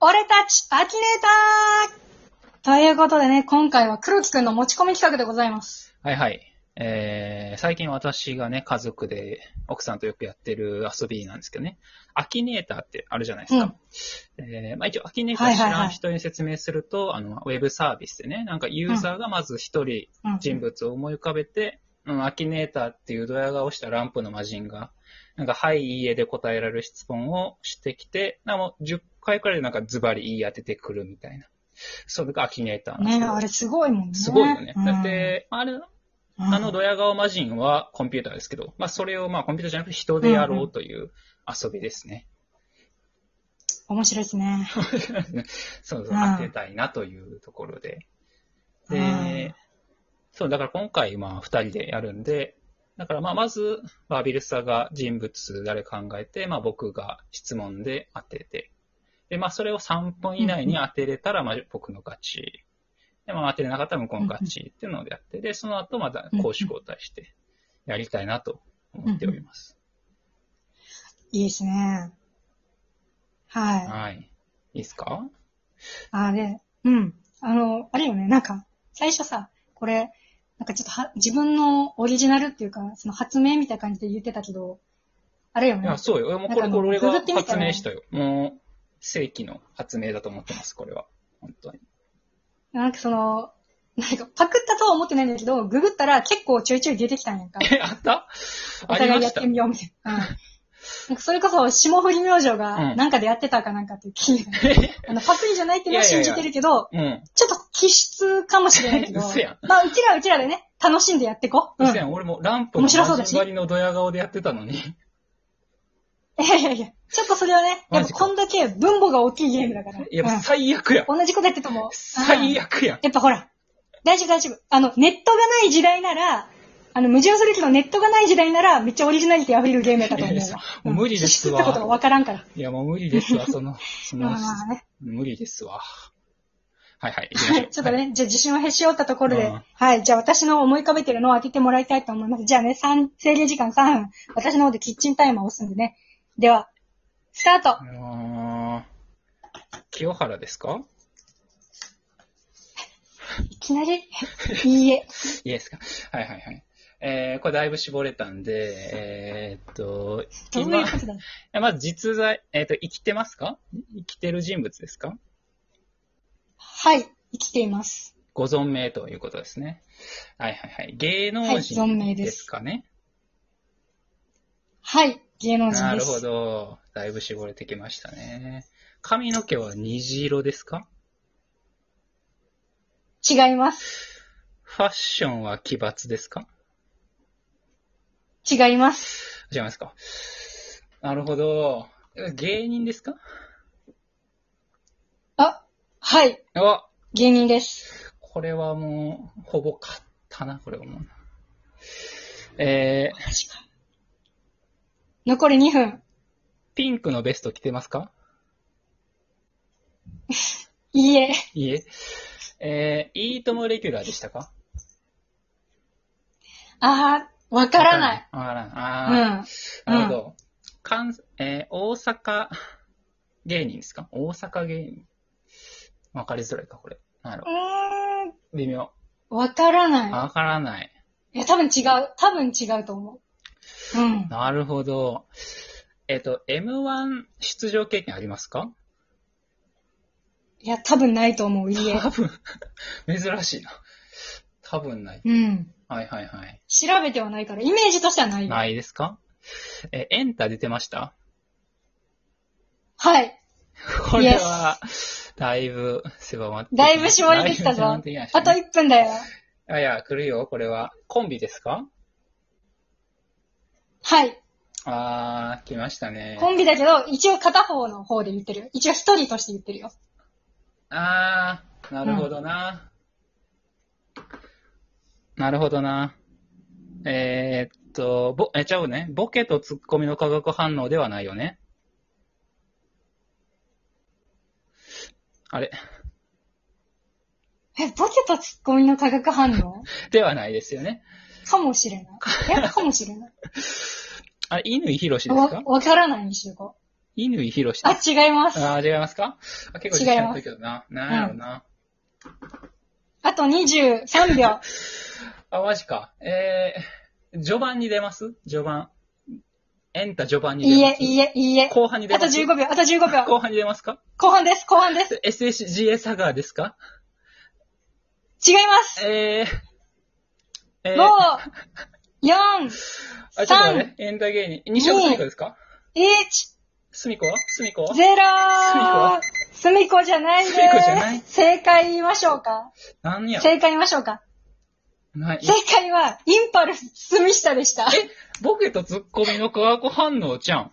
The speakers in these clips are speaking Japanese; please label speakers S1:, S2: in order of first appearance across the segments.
S1: 俺たち、アキネーターということでね、今回は黒木くんの持ち込み企画でございます。
S2: はいはい。えー、最近私がね、家族で奥さんとよくやってる遊びなんですけどね、アキネーターってあるじゃないですか。えーまあ、一応、アキネーター知
S1: はいはい
S2: ら
S1: は
S2: ん
S1: い
S2: 人に説明すると、あの、ウェブサービスでね、なんかユーザーがまず一人
S1: うん。
S2: 人物を思い浮かべて、うん、アキネーターっていうドヤ顔したランプの魔人が、なんか、はい、いいえで答えられる質問をしてきて、なんかもう10回くらいでなんかズバリ言い当ててくるみたいな。それがアキネーターなんです
S1: ね
S2: けど。
S1: あれすごいもんね。
S2: すごいよね。
S1: うん
S2: だって、あれ、
S1: うん
S2: あのドヤ顔魔人はコンピューターですけど、まあそれをまあコンピューターじゃなくて人でやろうという遊びですね。
S1: 面白いです ね。
S2: そうそう、
S1: うん
S2: 当てたいなというところで。
S1: うん
S2: で、そう、だから今回まあ二人でやるんで、だからまあまず、バービルさが人物誰考えて、まあ僕が質問で当てて、で、まあそれを3分以内に当てれたら、まあ僕の勝ち。で、まあ当てれなかったら向こうの勝ちっていうのでやって、で、その後また攻守交代してやりたいなと思っております。
S1: いいですね。は
S2: はい。いいですか
S1: い。あれ、うん。あの、あれよね、なんか、最初さ、これ、なんかちょっとは、自分のオリジナルっていうか、その発明みたいな感じで言ってたけど、あれよ
S2: い
S1: ね
S2: や、。そうよ。もうこ
S1: なん
S2: れ、
S1: かあの
S2: これ俺
S1: ググ
S2: が
S1: ってみた
S2: 発
S1: ら
S2: 明したよ。もう、世紀の発明だと思ってます、これは。本当に。
S1: なんかその、なんかパクったとは思ってないんだけど、ググったら結構ちょいちょい出てきたんやんか。
S2: え、あった
S1: お
S2: あり
S1: 互
S2: ま
S1: いや
S2: し
S1: ったて。みようみたいな。うんなんかそれこそ、霜降り明星が、
S2: うん
S1: なんかでやってたかなんかっていう気、 あの、パクリじゃないっていうのは信じてるけど、
S2: うん。
S1: ちょっと気質かもしれないけど、
S2: 嘘やん
S1: まあ、うちらはうちらでね、楽しんでやってこう。うん。
S2: 嘘やん、俺もランプの
S1: 面白そうだ
S2: マ
S1: し
S2: ジバリのドヤ顔でやって たのに。
S1: いやいやいや、ちょっとそれはね、や
S2: マ
S1: っぱ
S2: ジか
S1: こんだけ分母が大きいゲームだから。
S2: いや、
S1: うん
S2: 最悪や。
S1: 同じことやってても。
S2: 最
S1: 悪。
S2: 悪や。
S1: やっぱほら、大丈夫大丈夫。あの、ネットがない時代なら、あの、矛盾するけど、ネットがない時代なら、めっちゃオリジナリティ溢れるゲームやったと思う
S2: いや
S1: わ
S2: いや。
S1: う
S2: もうん無理ですわ
S1: 気質ってことがわからんから。
S2: いや、もう無理で すわ、その、そ
S1: ま
S2: の
S1: あ、まあね。
S2: 無理ですわ。はいはい。行きま
S1: は
S2: しょ
S1: い、
S2: う
S1: ちょっとね、
S2: はい
S1: じゃあ自信をへし折ったところで、
S2: うん
S1: はい、じゃあ私の思い浮かべてるのを当ててもらいたいと思います。じゃあね、三制限時間3分、私の方でキッチンタイマーを押すんでね。では、スタート
S2: あのー清原ですか
S1: いきな りいいえ。
S2: いいですかはいはいはい。えー、これだいぶ絞れたんで、えーっと、
S1: どういうことだ
S2: えまず実在、えっ、と、生きてますか生きてる人物ですか
S1: はい、生きています。
S2: ご存命ということですね。はいはいはい。芸能
S1: はい存命
S2: 人
S1: です
S2: ですかね。
S1: はい、芸能人です。
S2: なるほど。だいぶ絞れてきましたね。髪の毛は虹色ですか
S1: 違います。
S2: ファッションは奇抜ですか
S1: 違います。
S2: 違いますかなるほど。え芸人ですか
S1: あ、はい、
S2: あ
S1: 芸人です。
S2: これはもう、ほぼ勝ったな、これ思うな。えー、
S1: 残り2分。
S2: ピンクのベスト着てますか
S1: いいえ。
S2: いいえ。えー、いいともレギュラーでしたか
S1: あー、わからない。。
S2: わから
S1: う
S2: ない。あ
S1: ん。
S2: あ、なるほど。関えー大阪芸人ですか大阪芸人。わかりづらいか、これ。なるほ
S1: うーん、
S2: ど。微妙。
S1: わからない。
S2: わからない。
S1: いや、多分違う。多分違うと思う。うん。
S2: なるほど。えっ、と、M1 出場経験ありますか
S1: いや、多分ないと思う。いいえ。
S2: 多分、珍しいな。多分ない。
S1: うん。
S2: はいはいはい。
S1: 調べてはないから、イメージとしてはないよ。
S2: ないですかえーエンタ出てました
S1: はい。
S2: これは、だいぶ狭まってきた。
S1: だいぶ絞れてきた
S2: だい
S1: ぞ
S2: ぶ絞れてき。ま
S1: あ
S2: し
S1: と
S2: たね
S1: 1分だよ。
S2: あ、いや、来るよ、これは。コンビですか
S1: はい。
S2: あー、来ましたね。
S1: コンビだけど、一応片方の方で言ってるよ。一応一人として言ってるよ。
S2: あー、なるほどな。なるほどな。えー、っと、ぼ、え、ちゃうね。ボケとツッコミの化学反応ではないよね。あれ
S1: え、ボケとツッコミの化学反 応
S2: ではないですよね。
S1: かもしれな い。え、かもしれない。
S2: あれ、犬ひろしです
S1: わ
S2: か、
S1: わからないにしよう。
S2: 乾博士。
S1: あ、違います。
S2: あー、違いますかあ結構自信あったけどな。なんやろな。
S1: あと23秒。
S2: あ、マジか。えー、序盤に出ます序盤。エンタ序盤に
S1: いい
S2: 出ま
S1: え
S2: す、
S1: いいえ、いいえ。
S2: 後半に出
S1: あと
S2: ます
S1: 15秒、あと15秒。
S2: 後半に出ますか
S1: 後半です、後半です。
S2: ?SSGA サガーですか
S1: 違います。
S2: えー、えー、
S1: も
S2: あ、
S1: う、4、
S2: ちょっと待って、エンタ芸人。西山すみこですか
S1: 1、
S2: すみこはすみこは
S1: 0! すみこじゃないです
S2: すみこじゃない。
S1: 正解言いましょうか。
S2: 何や
S1: 正解言いましょうか。
S2: ない
S1: 正解は、インパルス堤下でした。
S2: ボケとツッコミの化学反応ちゃん。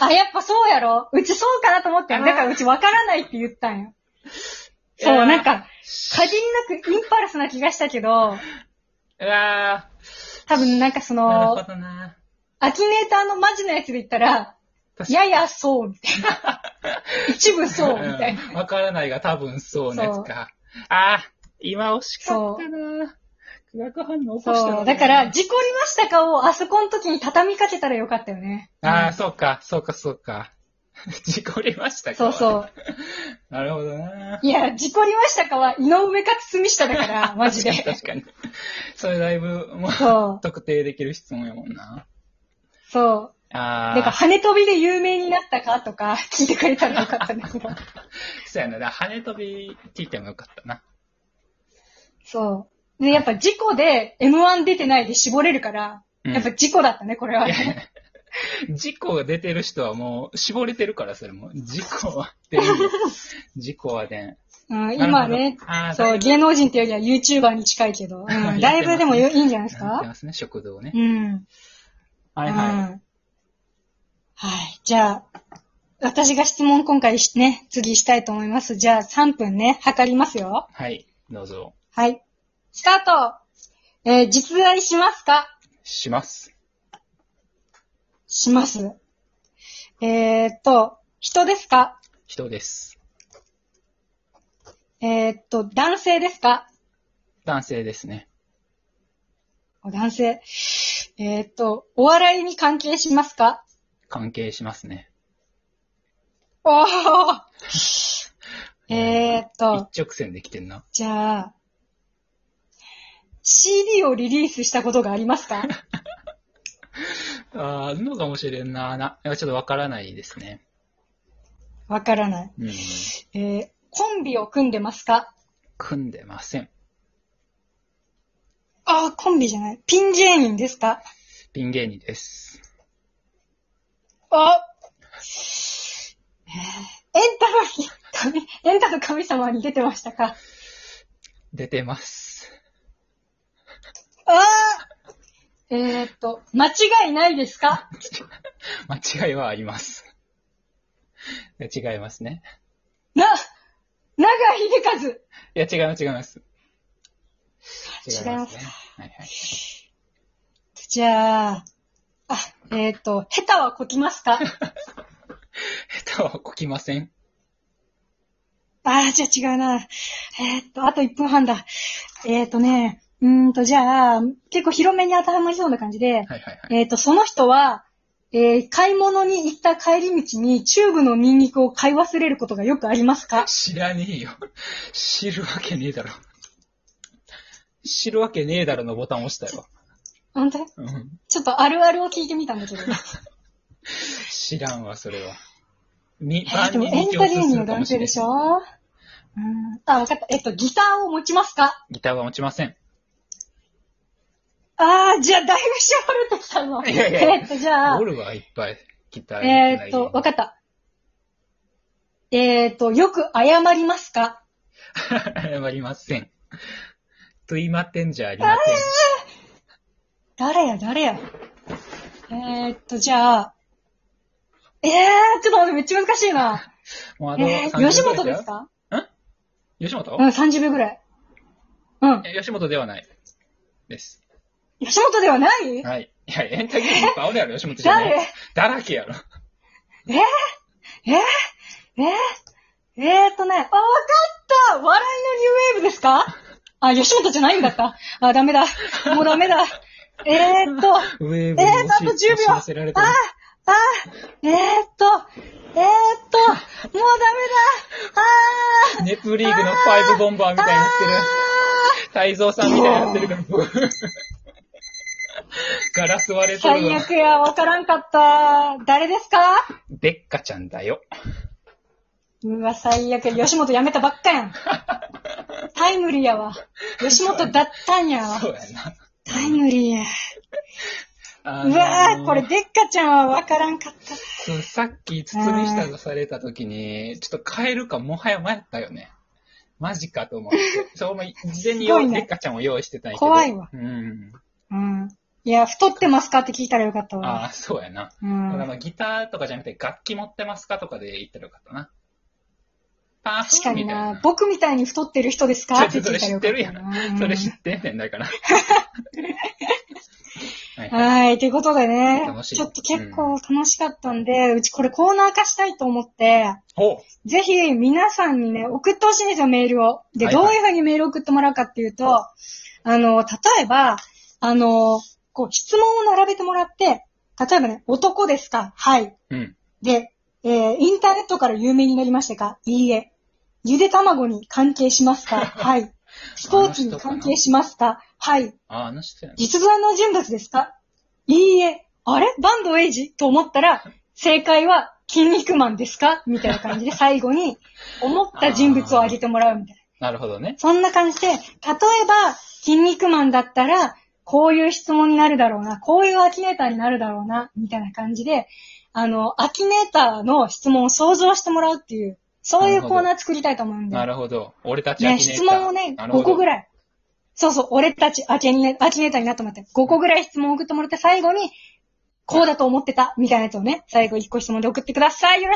S1: あ、やっぱそうやろうちそうかなと思ったよ。
S2: あー
S1: だからうちわからないって言ったんよ。そう、
S2: いやー
S1: なんか、限りなくインパルスな気がしたけど、
S2: うわ
S1: 多分なんかそ
S2: ー、なる
S1: の
S2: ほ、どな。
S1: アキネーターのマジのやつで言ったら、
S2: 確か
S1: ややそう、みたい な。一部そう、みたいな。
S2: うんわからないが多分そうのやつか。ああ、今惜しかったな。化学反応起こしたの
S1: そう、だから、事故りましたかをあそこの時に畳みかけたらよかったよね。
S2: ああ、そうか、そうか、そうか。 事故りましたか。。
S1: そうそうう。
S2: なるほどな。
S1: いや、事故りましたかは、井上か堤下だから、マジで。
S2: 確かに。確 かにそれだいぶ、もう、
S1: そう、
S2: 特定できる質問やもんな。
S1: そう。
S2: あ
S1: なんか、
S2: あ、
S1: 跳ね飛びで有名になったかとか、聞いてくれたらよかったんだけど。
S2: そうやな。だから跳ね飛び聞いてもよかったな。
S1: そう。で、やっぱ事故で M1 出てないで絞れるから、
S2: うん
S1: やっぱ事故だったね、これは。
S2: 事故が出てる人はもう、絞れてるから、それも。事故は 出るよ。事故は出ん。
S1: うん、今はね、
S2: なるほど、
S1: そう、芸能人っていうよりは YouTuber に近いけ ど、うん、ライブでもいいんじゃないです
S2: やって
S1: か
S2: ますね、食堂ね
S1: う。ん。
S2: は
S1: うんはい。じゃあ、私が質問今回しね、次したいと思います。じゃあ3分ね、測りますよ。
S2: はい、どうぞ。
S1: はい。スタートえー実在しますか
S2: します。
S1: します。えー、っと、人ですか
S2: 人です。
S1: えー、っと、男性ですか
S2: 男性ですね。
S1: お男性。えー、っと、お笑いに関係しますか
S2: 関係しますね。
S1: おーえー、っと、
S2: 一直線で来てんな。
S1: じゃあ、CD をリリースしたことがあります か
S2: ああるのかもしれんな。な、いやちょっとわからないですね。
S1: わからない。
S2: うん。
S1: えー、コンビを組んでますか
S2: 組んでません。
S1: ああ、コンビじゃない。ピン芸人ですか
S2: ピン芸人です。
S1: あえーエンタの神、エンタの神様に出てましたか
S2: 出てます。
S1: あーえー、っと、間違いないですか
S2: 間違いはあります。 いや違いますね。
S1: な、長井秀
S2: いや、違います、違います。違い
S1: 違いま
S2: ま
S1: す
S2: すね。はいはい。
S1: 和。じゃあ、あ、えー、っと、下手はこきますか
S2: 下手はこきません。
S1: ああ、じゃあ違うな。えー、っと、あと1分半だ。えー、っとね、うーんと、じゃあ、結構広めに当てはまりそうな感じで、
S2: はいはいはい。
S1: えー、っと、その人は、えー買い物に行った帰り道にチューブのニンニクを買い忘れることがよくありますか
S2: 知らねえよ。知るわけねえだろ。知るわけねえだろのボタン押したよ。
S1: 本当
S2: うん。
S1: ちょっとあるあるを聞いてみたんだけ ど。
S2: 知らんわ、それは。に、
S1: えーでもエンタリーニの男性でし
S2: ょ
S1: ょうん。あ、わかった。えっと、ギターを持ちますか
S2: ギターは持ちません。
S1: ああ、じゃあ、だいぶ絞れてきたの。
S2: いやいや
S1: えっと、じゃあ
S2: ゴ、ルはいっぱい。ギター。
S1: えーっと、わか
S2: っ
S1: った。えーっと、よく謝りますか
S2: た。謝りません。と言いまってんじゃありま
S1: 誰や、誰や。えーっと、じゃあ、えー、ちょっと待って、めっちゃ難しいな。
S2: せん。もうあの
S1: え
S2: 30
S1: ー、吉本
S2: ぐら
S1: です
S2: い
S1: か
S2: 吉本
S1: うん、30秒ぐらい。うん。
S2: え吉本ではない。です。
S1: 吉本ではない
S2: はい。いや、エンタ芸人いっぱいおるやろ、吉本じゃな
S1: 誰
S2: い。だらけやろ。
S1: えー、えー、えーっとね、あ、わかった笑いのニューウェーブですかあ、吉本じゃないんだった。あ、ダメだ。もうダメだ。えーっと、
S2: ウェーブ
S1: えー
S2: に
S1: あと10秒
S2: 押し寄せられてる。
S1: あえー、っと、えー、っと、もうダメだあー
S2: ネプリーグのファイブボンバーみたいになってる。泰造さんみたいになってるから、ブー ガラス割れてる
S1: 最
S2: わ。
S1: 悪や、わからんかった。誰ですか
S2: ベッカちゃんだよ。
S1: うわ、最悪。吉本辞めたばっかやん。タイムリーやわ。吉本だったんやわ。
S2: そうやな。
S1: タイムリーや。
S2: あ
S1: う
S2: のー
S1: わー、これ、でっかちゃんはわからんかった。
S2: そうさっき包み下とされた時に、ちょっと変えるかもはや迷ったよね。マジか と思って。そう、もう事前に
S1: すご
S2: よ、
S1: いね
S2: ベッカちゃんを用意してたんやけど。
S1: 怖いわ
S2: うん。
S1: うん。いや、太ってますかって聞いたらよかった
S2: あ
S1: わ。
S2: あ、そうやな。
S1: う
S2: だから
S1: ん。
S2: まあギターとかじゃなくて楽器持ってますかとかで言ったらよかったな。パー
S1: 確か
S2: フみ
S1: に
S2: たい
S1: な
S2: な。。
S1: 僕みたいに太ってる人ですかっ
S2: ち
S1: て
S2: ょっとそ
S1: 聞いたら
S2: れ知っ
S1: よか
S2: て
S1: っ
S2: るや。
S1: たな。うん
S2: それ知ってんねんだ から。はいはい
S1: はい、ということでね
S2: 楽、しい
S1: ちょっと結構楽しかったんで、うちこれコーナー化したいと思って、
S2: おう
S1: ぜひ皆さんにね、送ってほしいんですよ、メールを。で、
S2: はいはい
S1: どういうふうにメールを送ってもらうかっていうと、あの、例えば、あの、こう、質問を並べてもらって、例えばね、男ですかはい。
S2: うん。
S1: で、えーインターネットから有名になりましたかいいえ。ゆで卵に関係しますか はい。スポーツに関係しますかはい。
S2: あ、あの人やな。
S1: 実在の人物ですかいいえ。あれバンドエイジと思ったら、正解は筋肉マンですかみたいな感じで最後に思った人物を挙げてもらうみたいな。
S2: なるほどね。
S1: そんな感じで、例えば筋肉マンだったら、こういう質問になるだろうな、こういうアキネーターになるだろうな、みたいな感じで、あの、アキネーターの質問を想像してもらうっていう、そういうコーナー作りたいと思うんで。
S2: なるほど。俺たち
S1: ね、
S2: アキネーター
S1: 質問をね、
S2: なるほ
S1: 5
S2: ど
S1: 個ぐらい。そうそう、俺たちアキネアキネーターになってもらって、5個ぐらい質問を送ってもらって、最後に、こうだと思ってた、みたいなやつをね、最後1個質問で送ってください。よろしく